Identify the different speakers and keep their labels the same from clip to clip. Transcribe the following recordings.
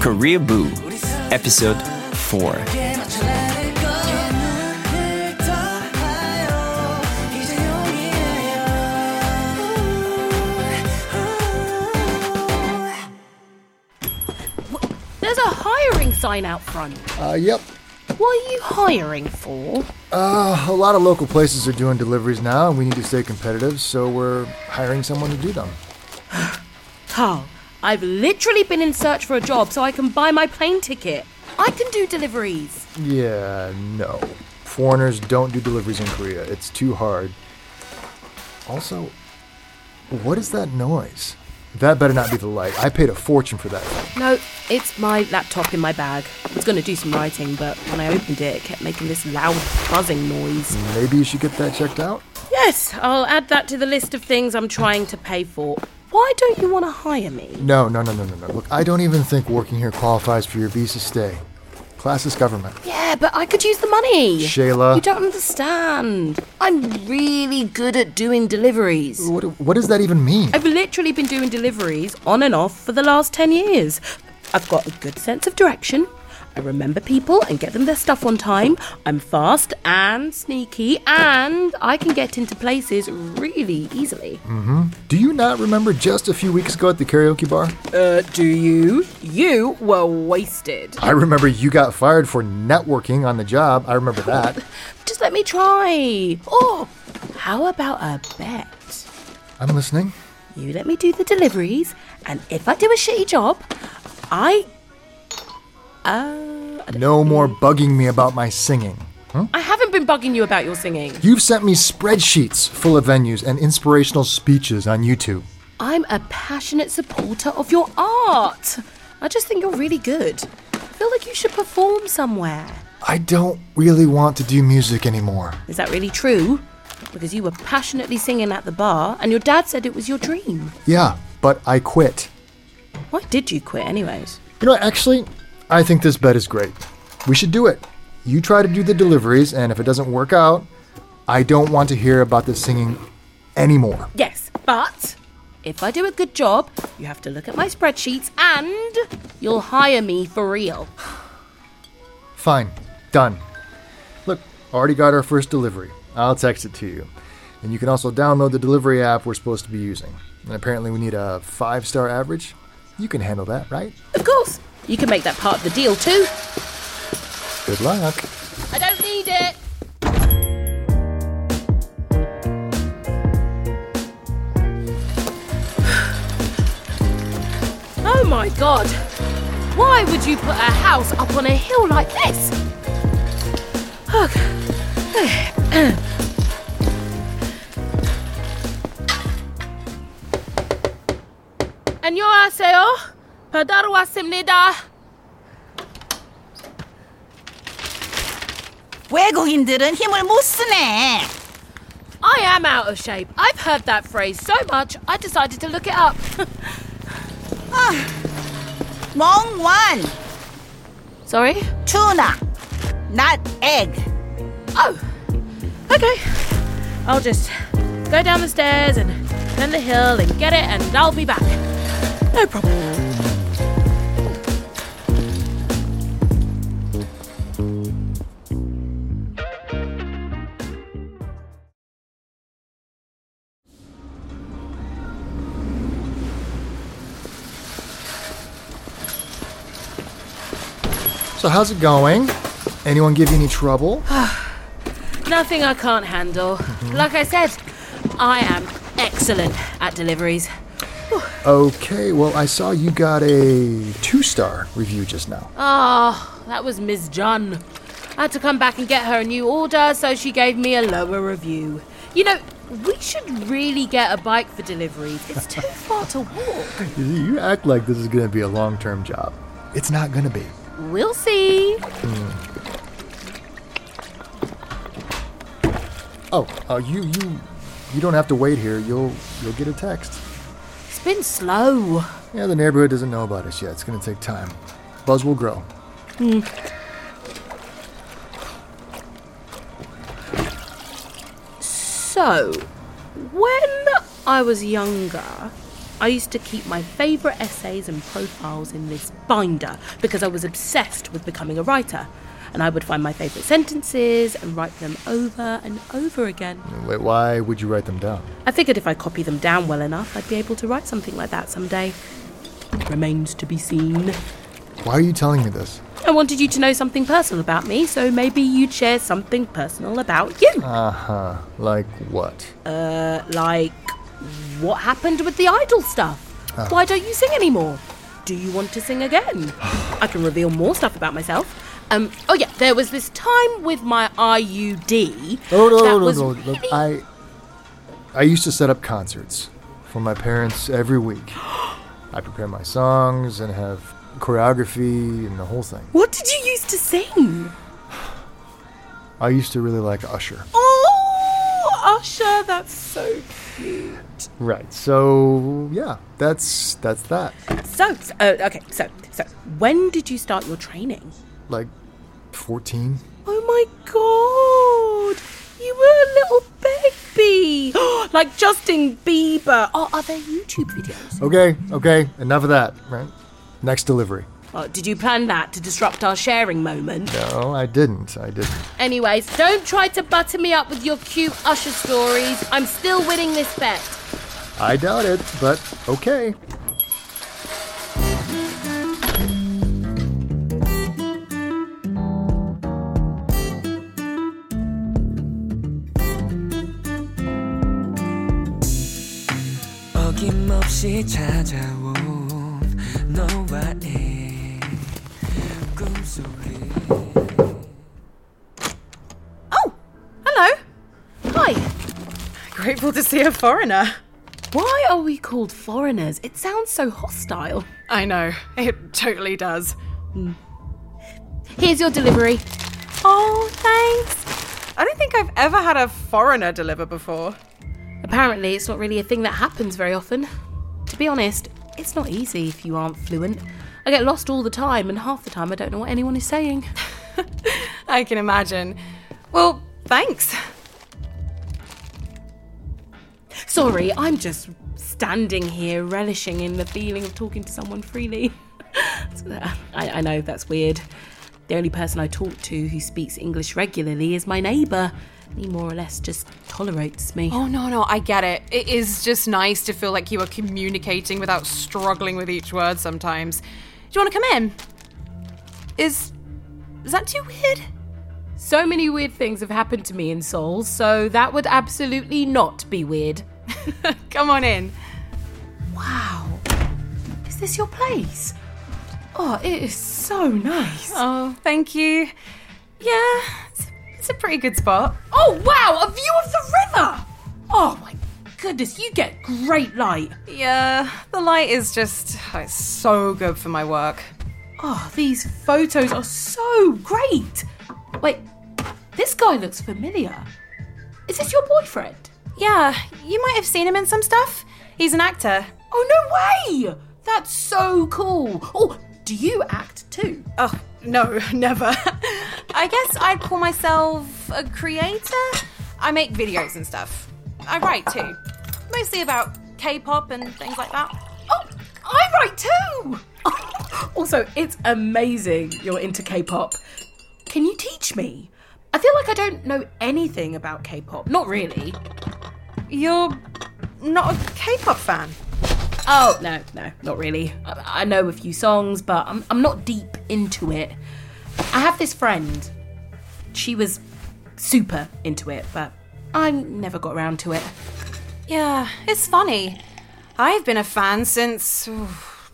Speaker 1: Career Boo, Episode 4.
Speaker 2: There's a hiring sign out front.
Speaker 3: Uh, yep.
Speaker 2: What are you hiring for?
Speaker 3: Uh, a lot of local places are doing deliveries now, and we need to stay competitive, so we're hiring someone to do them.
Speaker 2: Carl, I've literally been in search for a job so I can buy my plane ticket. I can do deliveries.
Speaker 3: Yeah, no. Foreigners don't do deliveries in Korea. It's too hard. Also, what is that noise? That better not be the light. I paid a fortune for that. thing.
Speaker 2: No, it's my laptop in my bag. I was going to do some writing, but when I opened it, it kept making this loud buzzing noise.
Speaker 3: Maybe you should get that checked out.
Speaker 2: Yes, I'll add that to the list of things I'm trying to pay for. Why don't you want to hire me?
Speaker 3: No, no, no, no, no, no. Look, I don't even think working here qualifies for your visa stay. Classist government.
Speaker 2: Yeah, but I could use the money.
Speaker 3: Shayla.
Speaker 2: You don't understand. I'm really good at doing deliveries.
Speaker 3: What, what does that even mean?
Speaker 2: I've literally been doing deliveries on and off for the last 10 years. I've got a good sense of direction. I remember people and get them their stuff on time. I'm fast and sneaky, and I can get into places really easily.
Speaker 3: Do you not remember just a few weeks ago at the karaoke bar?
Speaker 2: Uh, do you? You were wasted.
Speaker 3: I remember you got fired for networking on the job. I remember that.
Speaker 2: Just let me try. Oh, how about a bet?
Speaker 3: I'm listening.
Speaker 2: You let me do the deliveries, and if I do a shitty job, I. Uh,
Speaker 3: No more bugging me about my singing.
Speaker 2: I haven't been bugging you about your singing.
Speaker 3: You've sent me spreadsheets full of venues and inspirational speeches on YouTube.
Speaker 2: I'm a passionate supporter of your art. I just think you're really good. I feel like you should perform somewhere.
Speaker 3: I don't really want to do music anymore.
Speaker 2: Is that really true? Because you were passionately singing at the bar, and your dad said it was your dream.
Speaker 3: Yeah, but I quit.
Speaker 2: Why did you quit, anyways?
Speaker 3: You know, actually, I think this bet is great. We should do it. You try to do the deliveries, and if it doesn't work out, I don't want to hear about the singing anymore.
Speaker 2: Yes, but if I do a good job, you have to look at my spreadsheets and you'll hire me for real.
Speaker 3: Fine. Done. Look, already got our first delivery. I'll text it to you. And you can also download the delivery app we're supposed to be using. And apparently we need a five star average. You can handle that, right?
Speaker 2: Of course, you can make that part of the deal too.
Speaker 3: Good luck.
Speaker 2: I don't need it. oh my god. Why would you put a house up on a hill like this? Okay. 안녕하세요. 배달 왔습니다.
Speaker 4: 외국인들은 힘을 못 쓰네.
Speaker 2: I am out of shape. I've heard that phrase so much, I decided to look it up.
Speaker 4: 멍완,
Speaker 2: Sorry?
Speaker 4: tuna, not egg.
Speaker 2: Oh, okay. I'll just go down the stairs and then the hill and get it, and I'll be back. No problem.
Speaker 3: So, how's it going? Anyone give you any trouble?
Speaker 2: Nothing I can't handle. Like I said, I am excellent at deliveries.
Speaker 3: Okay, well, I saw you got a two star review just now.
Speaker 2: Ah, that was Ms. Jun. I had to come back and get her a new order, so she gave me a lower review. You know, we should really get a bike for deliveries. It's too far to walk.
Speaker 3: You act like this is going to be a long term job. It's not going to be.
Speaker 2: We'll see.
Speaker 3: Oh, uh, you, you, you don't have to wait here. You'll, you'll get a text.
Speaker 2: It's been slow.
Speaker 3: Yeah, the neighborhood doesn't know about us yet. It's going to take time. Buzz will grow.
Speaker 2: So, when I was younger,
Speaker 5: I used to keep my favourite essays and profiles in this binder because I was obsessed with becoming a writer. And I would find my favourite sentences and write them over and over again.
Speaker 3: Wait, why would you write them down?
Speaker 5: I figured if I copy them down well enough, I'd be able to write something like that someday. Remains to be seen.
Speaker 3: Why are you telling me this?
Speaker 5: I wanted you to know something personal about me, so maybe you'd share something personal about you.
Speaker 3: Uh huh. Like what?
Speaker 5: Uh, like what happened with the idol stuff?
Speaker 3: Ah.
Speaker 5: Why don't you sing anymore? Do you want to sing again? I can reveal more stuff about myself. Um, oh yeah, there was this time with my IUD.
Speaker 3: No, no,
Speaker 5: that
Speaker 3: no, no,
Speaker 5: was
Speaker 3: no. Look,
Speaker 5: really-
Speaker 3: I, I used to set up concerts for my parents every week. I prepare my songs and have choreography and the whole thing.
Speaker 5: What did you used to sing?
Speaker 3: I used to really like Usher.
Speaker 5: Oh, Usher, that's so.
Speaker 3: Right. So yeah, that's that's that.
Speaker 5: So, so uh, okay, so so when did you start your training?
Speaker 3: Like, fourteen.
Speaker 5: Oh my god! You were a little baby! like Justin Bieber! Oh, are there YouTube videos?
Speaker 3: Okay. Okay. Enough of that. Right. Next delivery.
Speaker 5: Oh, did you plan that to disrupt our sharing moment?
Speaker 3: No, I didn't. I didn't.
Speaker 5: Anyways, don't try to butter me up with your cute Usher stories. I'm still winning this bet.
Speaker 3: I doubt it, but okay.
Speaker 6: 어김없이 찾아온 너와의 꿈속에
Speaker 7: Oh, hello.
Speaker 5: Hi.
Speaker 7: Grateful to see a foreigner.
Speaker 5: Why are we called foreigners? It sounds so hostile.
Speaker 7: I know, it totally does.
Speaker 5: Here's your delivery.
Speaker 7: Oh, thanks. I don't think I've ever had a foreigner deliver before.
Speaker 5: Apparently, it's not really a thing that happens very often. To be honest, it's not easy if you aren't fluent. I get lost all the time, and half the time I don't know what anyone is saying.
Speaker 7: I can imagine. Well, thanks.
Speaker 5: Sorry, I'm just standing here relishing in the feeling of talking to someone freely. So that- I, I know that's weird. The only person I talk to who speaks English regularly is my neighbour. He more or less just tolerates me.
Speaker 7: Oh, no, no, I get it. It is just nice to feel like you are communicating without struggling with each word sometimes. Do you want to come in? Is. Is that too weird?
Speaker 5: So many weird things have happened to me in Seoul, so that would absolutely not be weird.
Speaker 7: Come on in.
Speaker 5: Wow. Is this your place? Oh, it is so nice.
Speaker 7: Oh, thank you. Yeah, it's, it's a pretty good spot.
Speaker 5: Oh, wow, a view of the river! Oh my goodness, you get great light.
Speaker 7: Yeah, the light is just. oh, it's so good for my work.
Speaker 5: Oh, these photos are so great. Wait, this guy looks familiar. Is this your boyfriend?
Speaker 7: Yeah, you might have seen him in some stuff. He's an actor.
Speaker 5: Oh, no way! That's so cool. Oh, do you act too?
Speaker 7: Oh, no, never. I guess I'd call myself a creator. I make videos and stuff. I write too. Mostly about K pop and things like that.
Speaker 5: Oh, I write too! also, it's amazing you're into K pop. Can you teach me? I feel like I don't know anything about K pop. Not really.
Speaker 7: You're not a K pop fan?
Speaker 5: Oh, no, no, not really. I, I know a few songs, but I'm, I'm not deep into it. I have this friend. She was super into it, but I never got around to it.
Speaker 7: Yeah, it's funny. I've been a fan since ooh,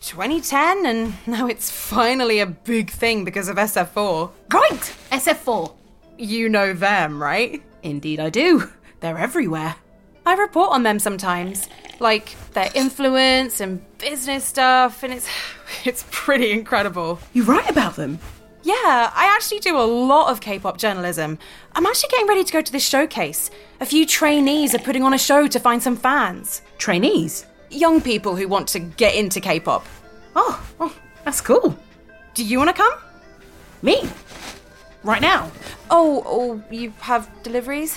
Speaker 7: 2010, and now it's finally a big thing because of SF4.
Speaker 5: Right! SF4.
Speaker 7: You know them, right?
Speaker 5: Indeed, I do. They're everywhere.
Speaker 7: I report on them sometimes, like their influence and business stuff, and it's it's pretty incredible.
Speaker 5: You write about them.
Speaker 7: Yeah, I actually do a lot of K-pop journalism. I'm actually getting ready to go to this showcase. A few trainees are putting on a show to find some fans,
Speaker 5: Trainees.
Speaker 7: young people who want to get into K-pop.
Speaker 5: Oh, oh that's cool.
Speaker 7: Do you want to come?
Speaker 5: Me? Right now?
Speaker 7: Oh, oh, you have deliveries?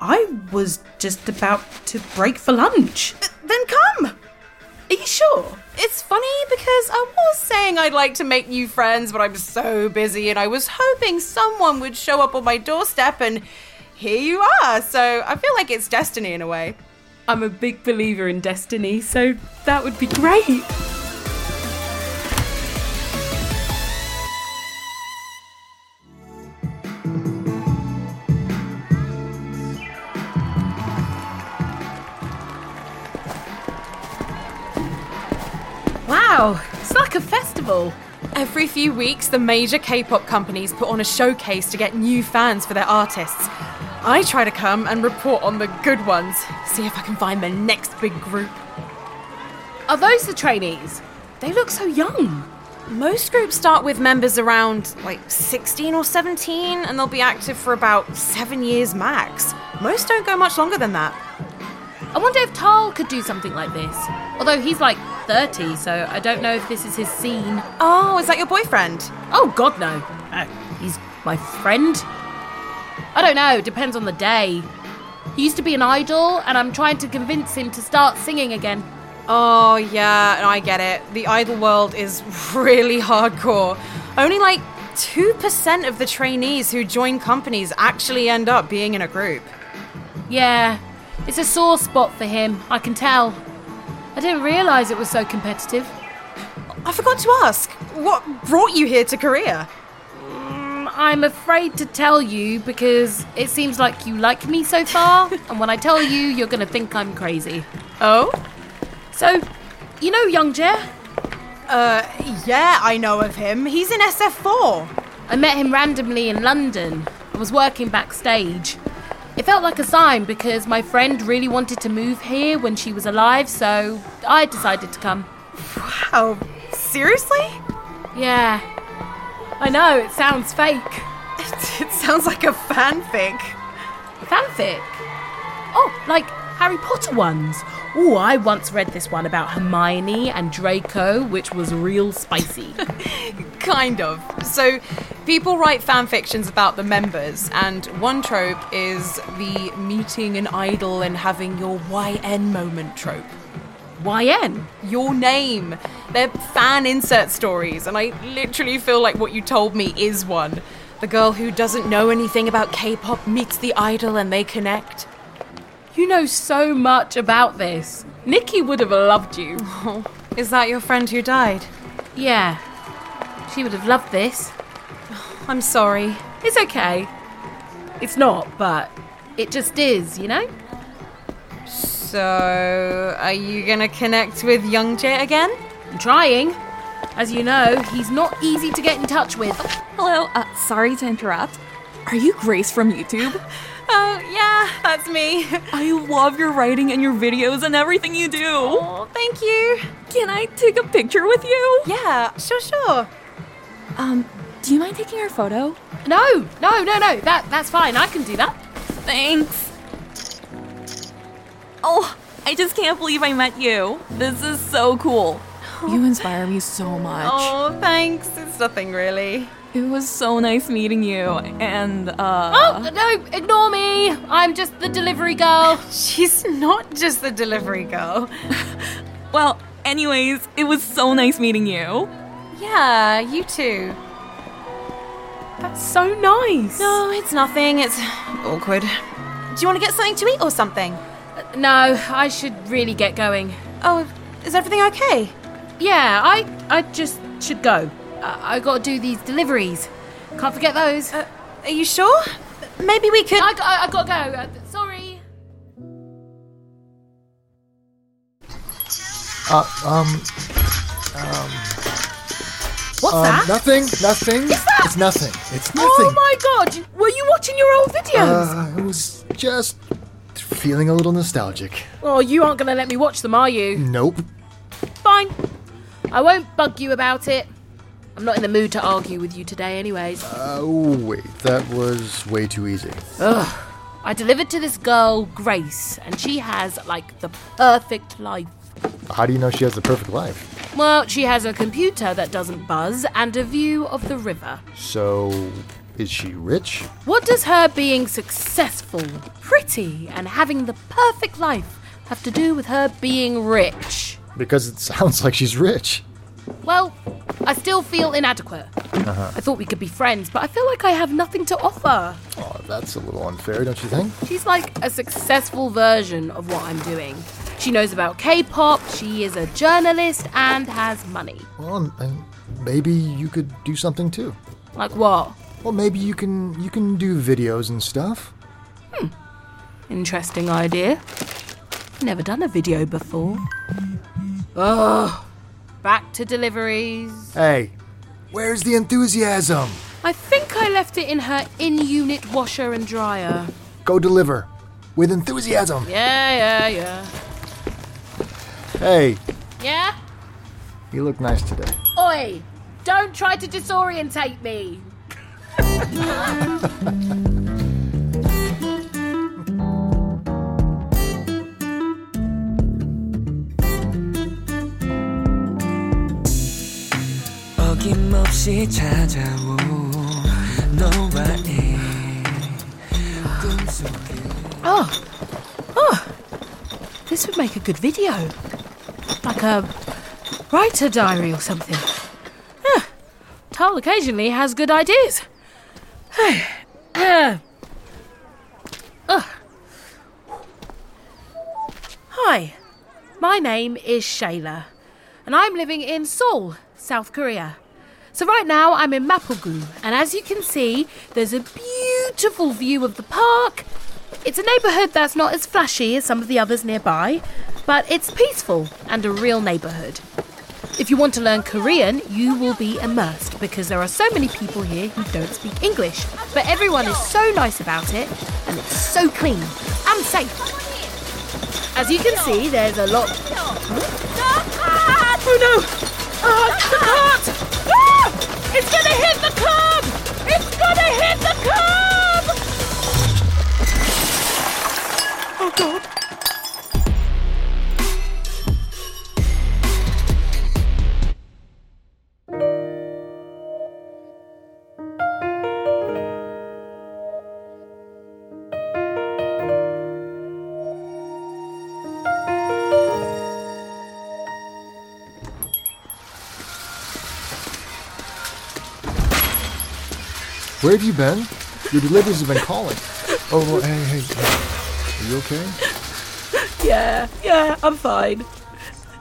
Speaker 5: I was just about to break for lunch.
Speaker 7: Then come! Are you sure? It's funny because I was saying I'd like to make new friends, but I'm so busy and I was hoping someone would show up on my doorstep and here you are. So I feel like it's destiny in a way.
Speaker 5: I'm a big believer in destiny, so that would be great. Wow, it's like a festival.
Speaker 7: Every few weeks, the major K pop companies put on a showcase to get new fans for their artists. I try to come and report on the good ones, see if I can find the next big group.
Speaker 5: Are those the trainees? They look so young.
Speaker 7: Most groups start with members around like 16 or 17, and they'll be active for about seven years max. Most don't go much longer than that.
Speaker 5: I wonder if Tal could do something like this. Although he's like 30, so I don't know if this is his scene.
Speaker 7: Oh, is that your boyfriend?
Speaker 5: Oh, God, no. No, he's my friend. I don't know, depends on the day. He used to be an idol, and I'm trying to convince him to start singing again.
Speaker 7: Oh, yeah, and I get it. The idol world is really hardcore. Only like 2% of the trainees who join companies actually end up being in a group.
Speaker 5: Yeah, it's a sore spot for him, I can tell. I didn't realise it was so competitive.
Speaker 7: I forgot to ask, what brought you here to Korea?
Speaker 5: Um, I'm afraid to tell you because it seems like you like me so far, and when I tell you, you're gonna think I'm crazy.
Speaker 7: Oh?
Speaker 5: So, you know Young Jae?
Speaker 7: Uh, yeah, I know of him. He's in SF4.
Speaker 5: I met him randomly in London. I was working backstage. It felt like a sign because my friend really wanted to move here when she was alive, so I decided to come.
Speaker 7: Oh, seriously?
Speaker 5: Yeah. I know, it sounds fake.
Speaker 7: It sounds like a fanfic.
Speaker 5: fanfic. Oh, like Harry Potter ones. Oh, I once read this one about Hermione and Draco, which was real spicy.
Speaker 7: Kind of. So, people write fan fictions about the members, and one trope is the meeting an idol and having your YN moment trope.
Speaker 5: YN.
Speaker 7: Your name. They're fan insert stories, and I literally feel like what you told me is one. The girl who doesn't know anything about K pop meets the idol and they connect.
Speaker 5: You know so much about this. Nikki would have loved you.
Speaker 7: Is that your friend who died?
Speaker 5: Yeah. She would have loved this.
Speaker 7: I'm sorry.
Speaker 5: It's okay. It's not, but it just is, you know?
Speaker 7: So, are you gonna connect with Young Jae again?
Speaker 5: I'm trying. As you know, he's not easy to get in touch with.
Speaker 8: Hello, uh, sorry to interrupt. Are you Grace from YouTube?
Speaker 7: Oh, yeah, that's me.
Speaker 8: I love your writing and your videos and everything you do.
Speaker 7: Oh, thank you.
Speaker 8: Can I take a picture with you?
Speaker 7: Yeah, sure, sure.
Speaker 8: Um, do you mind taking our photo?
Speaker 5: No, no, no, no. That that's fine. I can do that.
Speaker 8: Thanks. Oh, I just can't believe I met you. This is so cool. You inspire me so much.
Speaker 7: Oh, thanks. It's nothing really.
Speaker 8: It was so nice meeting you. And, uh.
Speaker 5: Oh, no, ignore me. I'm just the delivery girl.
Speaker 7: She's not just the delivery girl.
Speaker 8: Well, anyways, it was so nice meeting you.
Speaker 7: Yeah, you too.
Speaker 5: That's so nice. No,
Speaker 7: Oh, it's nothing. It's awkward. Do you want to get something to eat or something?
Speaker 5: no, I should really get going.
Speaker 7: Oh, is everything okay?
Speaker 5: Yeah, I I just should go. I, I got to do these deliveries. Can't forget those.
Speaker 7: Uh, are you sure? Maybe we could.
Speaker 5: I, I, I got to go. Uh, sorry.
Speaker 3: Uh, um,
Speaker 5: What's
Speaker 3: um,
Speaker 5: that?
Speaker 3: nothing, nothing.
Speaker 5: that-
Speaker 3: It's nothing. It's nothing.
Speaker 5: Oh my god! Were you watching your old videos?
Speaker 3: Uh, I was just feeling a little nostalgic.
Speaker 5: oh, you aren't going to let me watch them, are you?
Speaker 3: Nope.
Speaker 5: Fine. I won't bug you about it. I'm not in the mood to argue with you today, anyways.
Speaker 3: Oh, wait, that was way too easy.
Speaker 5: I delivered to this girl, Grace, and she has like the perfect life.
Speaker 3: How do you know she has the perfect life?
Speaker 5: Well, she has a computer that doesn't buzz and a view of the river.
Speaker 3: So, is she rich?
Speaker 5: What does her being successful, pretty, and having the perfect life have to do with her being rich?
Speaker 3: Because it sounds like she's rich.
Speaker 5: Well, I still feel inadequate. I thought we could be friends, but I feel like I have nothing to offer.
Speaker 3: Oh, that's a little unfair, don't you think?
Speaker 5: She's like a successful version of what I'm doing. She knows about K pop, she is a journalist, and has money.
Speaker 3: Well, and- and maybe you could do something too.
Speaker 5: Like what?
Speaker 3: Well, maybe you can you can do videos and stuff.
Speaker 5: Interesting idea. Never done a video before. Ugh. Back to deliveries.
Speaker 3: Hey, where's the enthusiasm?
Speaker 5: I think I left it in her in unit washer and dryer.
Speaker 3: Go deliver with enthusiasm.
Speaker 5: Yeah, yeah, yeah.
Speaker 3: Hey,
Speaker 5: Yeah?
Speaker 3: you look nice today.
Speaker 5: Oi! Don't try to disorientate me!
Speaker 6: 어김없이 찾아온 너와의 꿈속에
Speaker 5: Oh. This would make a good video. Like a writer diary or something. Huh. Tal occasionally has good ideas. Ah. Ugh. Hi, my name is Shayla, and I'm living in Seoul, South Korea. So, right now I'm in Mapulgu, and as you can see, there's a beautiful view of the park it's a neighbourhood that's not as flashy as some of the others nearby, but it's peaceful and a real neighbourhood. If you want to learn Korean, you will be immersed because there are so many people here who don't speak English. But everyone is so nice about it and it's so clean and safe. As you can see, there's a lot. Oh no! Ah, the cart! Ah! It's gonna hit the curb! It's gonna hit the curb! Oh god.
Speaker 3: Where have you been? Your deliveries have been calling. Oh, well, hey, hey, hey. Are you okay?
Speaker 5: Yeah, yeah, I'm fine.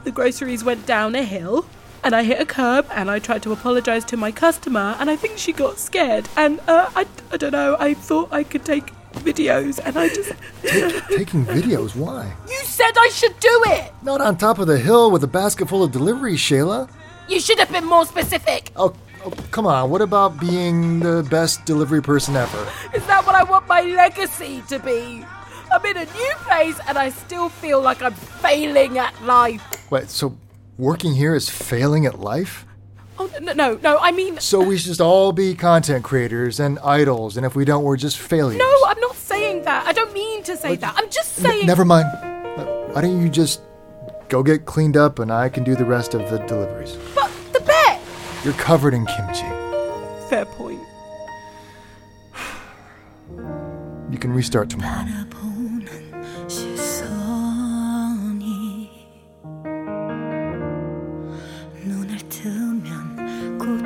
Speaker 5: The groceries went down a hill, and I hit a curb, and I tried to apologise to my customer, and I think she got scared. And uh, I, I don't know, I thought I could take videos, and I just.
Speaker 3: Taking videos? Why?
Speaker 5: You said I should do it!
Speaker 3: Not on top of the hill with a basket full of deliveries, Shayla.
Speaker 5: You should have been more specific!
Speaker 3: Oh, oh, come on. What about being the best delivery person ever?
Speaker 5: Is that what I want my legacy to be? I'm in a new place, and I still feel like I'm failing at life.
Speaker 3: Wait, so working here is failing at life?
Speaker 5: Oh, no, no, no, I mean.
Speaker 3: So we should just all be content creators and idols, and if we don't, we're just failures.
Speaker 5: No, I'm not saying that. I don't mean to say that. I'm just saying.
Speaker 3: N- never mind. Uh, Why don't you just go get cleaned up and I can do the rest of the deliveries?
Speaker 5: But the bet.
Speaker 3: You're covered in kimchi.
Speaker 5: Fair point.
Speaker 3: You can restart tomorrow.
Speaker 9: 시선이 눈을 뜨면 곧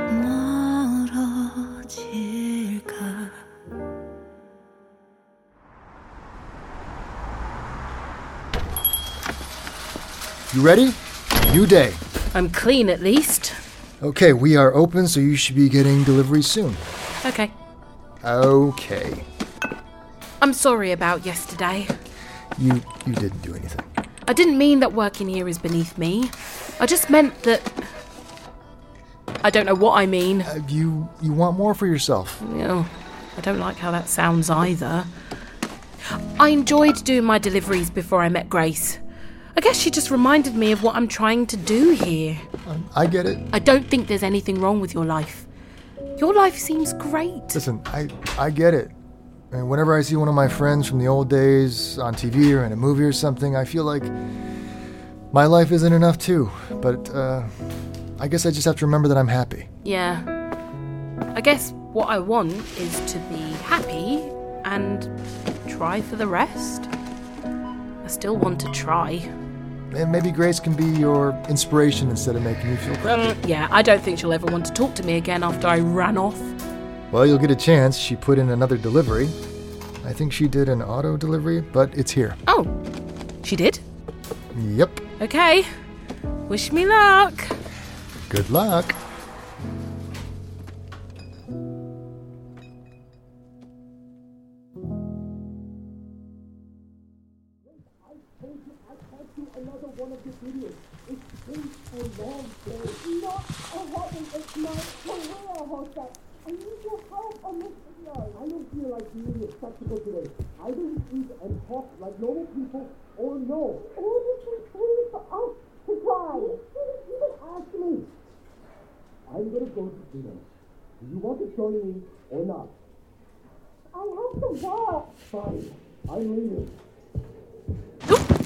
Speaker 9: 멀어질까
Speaker 3: You ready? New day.
Speaker 5: I'm clean at least.
Speaker 3: Okay, we are open, so you should be getting deliveries soon.
Speaker 5: Okay.
Speaker 3: Okay.
Speaker 5: I'm sorry about yesterday.
Speaker 3: You you didn't do anything.
Speaker 5: I didn't mean that working here is beneath me. I just meant that. I don't know what I mean.
Speaker 3: Uh, You you want more for yourself.
Speaker 5: Oh, I don't like how that sounds either. I enjoyed doing my deliveries before I met Grace. I guess she just reminded me of what I'm trying to do here.
Speaker 3: I get it.
Speaker 5: I don't think there's anything wrong with your life. Your life seems great.
Speaker 3: Listen, I I get it. And whenever I see one of my friends from the old days on TV or in a movie or something, I feel like my life isn't enough too. But uh, I guess I just have to remember that I'm happy.
Speaker 5: Yeah. I guess what I want is to be happy and try for the rest. I still want to try.
Speaker 3: and maybe Grace can be your inspiration instead of making you feel bad.
Speaker 5: Um, yeah, I don't think she'll ever want to talk to me again after I ran off.
Speaker 3: Well, you'll get a chance. She put in another delivery. I think she did an auto delivery, but it's here.
Speaker 5: Oh, she did?
Speaker 3: Yep.
Speaker 5: Okay. Wish me luck.
Speaker 3: Good luck.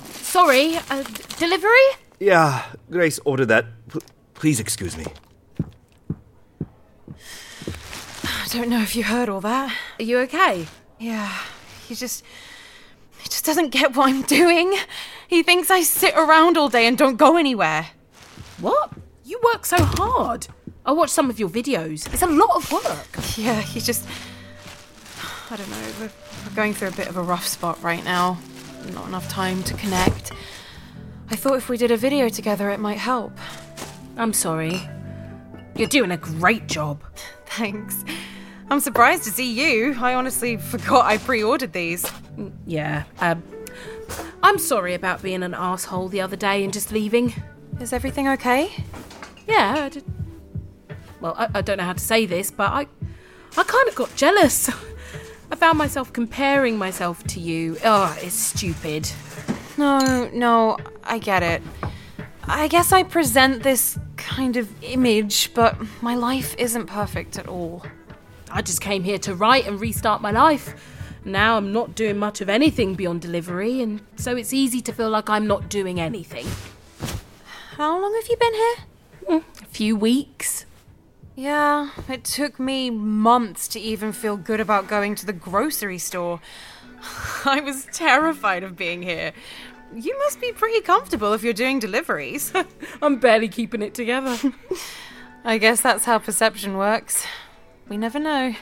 Speaker 5: Sorry, uh, d- delivery?
Speaker 1: Yeah, Grace ordered that. P- please excuse me.
Speaker 7: I don't know if you heard all that.
Speaker 5: Are you okay?
Speaker 7: Yeah, he just. He just doesn't get what I'm doing. He thinks I sit around all day and don't go anywhere.
Speaker 5: What? You work so hard. I watched some of your videos. It's a lot of work.
Speaker 7: Yeah, he just. I don't know. We're, we're going through a bit of a rough spot right now. Not enough time to connect. I thought if we did a video together, it might help.
Speaker 5: I'm sorry. You're doing a great job.
Speaker 7: Thanks. I'm surprised to see you. I honestly forgot I pre ordered these.
Speaker 5: Yeah. Um, I'm sorry about being an asshole the other day and just leaving.
Speaker 7: Is everything okay?
Speaker 5: Yeah. I did. Well, I, I don't know how to say this, but I, I kind of got jealous. I found myself comparing myself to you. Oh, it's stupid.
Speaker 7: No, no, I get it. I guess I present this kind of image, but my life isn't perfect at all.
Speaker 5: I just came here to write and restart my life. Now I'm not doing much of anything beyond delivery, and so it's easy to feel like I'm not doing anything.
Speaker 7: How long have you been here?
Speaker 5: A few weeks.
Speaker 7: Yeah, it took me months to even feel good about going to the grocery store. I was terrified of being here. You must be pretty comfortable if you're doing deliveries.
Speaker 5: I'm barely keeping it together.
Speaker 7: I guess that's how perception works. We never know.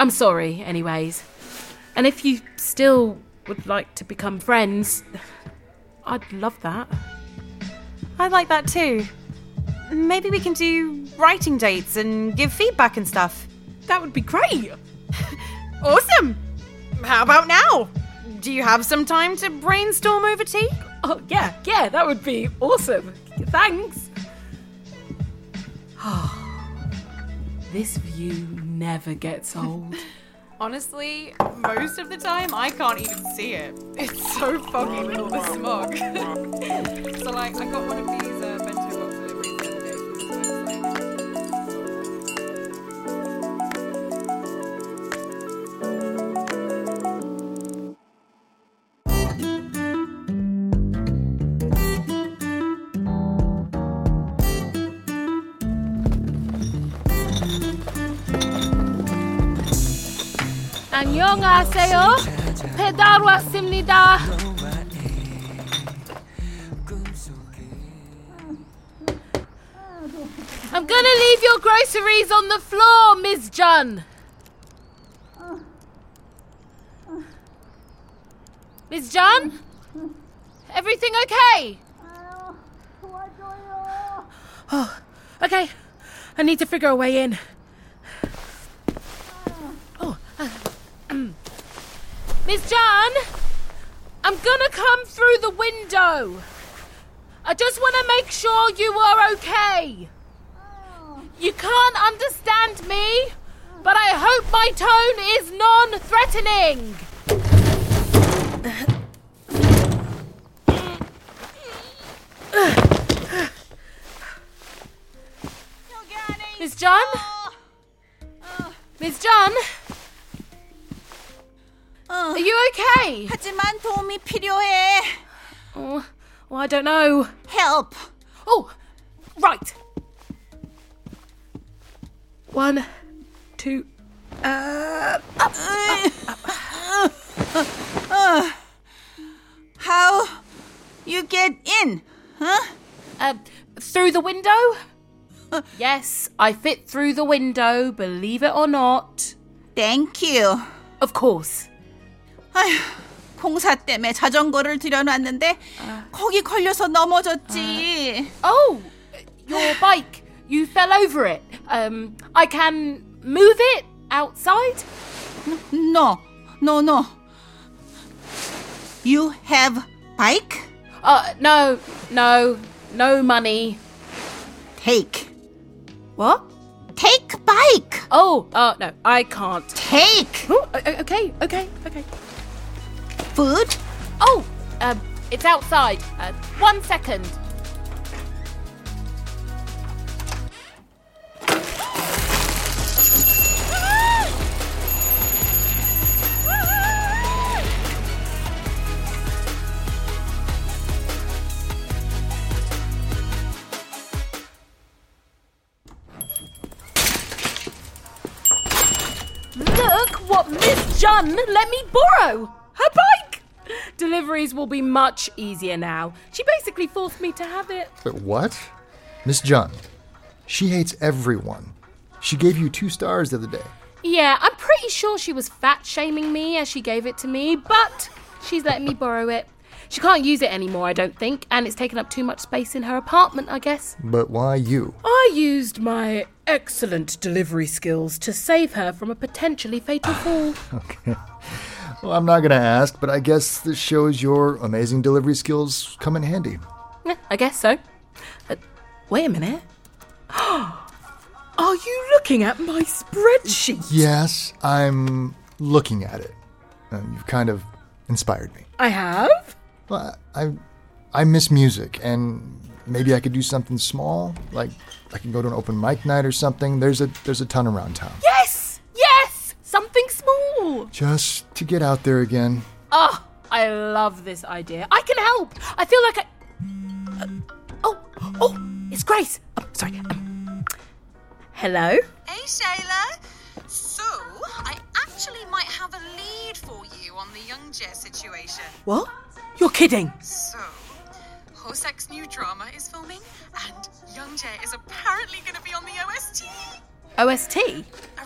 Speaker 5: I'm sorry, anyways. And if you still would like to become friends, I'd love that.
Speaker 7: I like that too. Maybe we can do writing dates and give feedback and stuff.
Speaker 5: That would be great.
Speaker 7: Awesome! How about now? Do you have some time to brainstorm over tea?
Speaker 5: Oh, yeah, yeah, that would be awesome. Thanks. this view never gets old.
Speaker 10: Honestly, most of the time I can't even see it. It's so
Speaker 7: Oh,
Speaker 10: foggy with all the smog. so like, I got one of these uh, bento box deliveries the other day from this website.
Speaker 5: 안녕하세요. 배달 왔습니다. I'm gonna leave your groceries on the floor, Miss Jun. Miss Jun? Everything okay? Oh, okay. I need to figure a way in. Miss Jan, I'm gonna come through the window. I just want to make sure you are okay. You can't understand me, but I hope my tone is non threatening. Miss John? Miss John?
Speaker 4: 어,
Speaker 5: Are you okay?
Speaker 4: 하지만 도움이 필요해.
Speaker 5: Oh, well, I don't know.
Speaker 4: Help.
Speaker 5: Oh, right. One, two.
Speaker 4: How you get in?
Speaker 5: Huh? Uh, through the window? yes, I fit through the window, believe it or not.
Speaker 4: Thank you.
Speaker 5: Of course.
Speaker 4: 아휴, 공사 때문에 자전거를 들여놨는데 거기 걸려서 넘어졌지.
Speaker 5: Oh, your bike. You fell over it. Um, I can move it outside.
Speaker 4: No, no, no. You have bike?
Speaker 5: Uh, no, no, no money.
Speaker 4: Take. 뭐?
Speaker 5: What?
Speaker 4: Take bike.
Speaker 5: Oh, uh, no, I can't.
Speaker 4: Take
Speaker 5: Oh, o- o- okay, okay, okay.
Speaker 4: food.
Speaker 5: Oh, um, it's outside. Uh, one second. Look what Miss Jun let me borrow! Her bike! Deliveries will be much easier now. She basically forced me to have it.
Speaker 3: But what? Miss John, she hates everyone. She gave you two stars the other day.
Speaker 5: Yeah, I'm pretty sure she was fat shaming me as she gave it to me, but she's letting me borrow it. She can't use it anymore, I don't think, and it's taken up too much space in her apartment, I guess.
Speaker 3: But why you?
Speaker 2: I used my excellent delivery skills to save her from a potentially fatal fall.
Speaker 3: Well, I'm not going to ask, but I guess this shows your amazing delivery skills come in handy.
Speaker 5: Eh, I guess so. Uh,
Speaker 2: Wait a minute. Are you looking at my spreadsheet?
Speaker 3: Yes, I'm looking at it. Um, you've kind of inspired me.
Speaker 2: I have.
Speaker 3: Well, I, I miss music, and maybe I could do something small, like I can go to an open mic night or something. There's a there's a ton around town.
Speaker 5: Yes! Yes! Something small!
Speaker 3: Just to get out there again.
Speaker 5: Oh, I love this idea. I can help. I feel like I. Uh, oh, oh, it's Grace. Oh, sorry. Um, hello.
Speaker 7: Hey, Shayla. So, I actually might have a lead for you on the Young Jay situation.
Speaker 2: What? You're kidding.
Speaker 7: So, Hosek's new drama is filming, and Young Jay is apparently going to be on the OST.
Speaker 5: OST.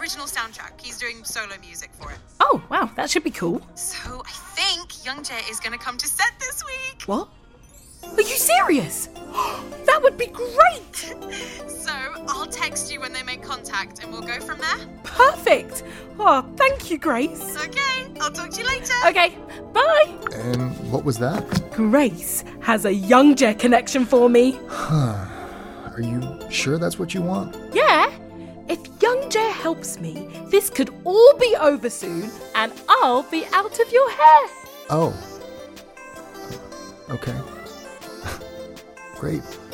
Speaker 7: Original soundtrack. He's doing solo music for it.
Speaker 2: Oh, wow, that should be cool.
Speaker 7: So, I think Young Jay is going to come to set this week.
Speaker 2: What? Are you serious? that would be great.
Speaker 7: So, I'll text you when they make contact, and we'll go from there.
Speaker 2: Perfect. Oh, thank you, Grace.
Speaker 7: Okay, I'll talk to you later.
Speaker 2: Okay, bye.
Speaker 3: And what was that?
Speaker 2: Grace has a young Jay connection for me.
Speaker 3: Are you sure that's what you want?
Speaker 2: Yeah. If Young Jay helps me, this could all be over soon and I'll be out of your hair.
Speaker 3: Oh. Okay. Great.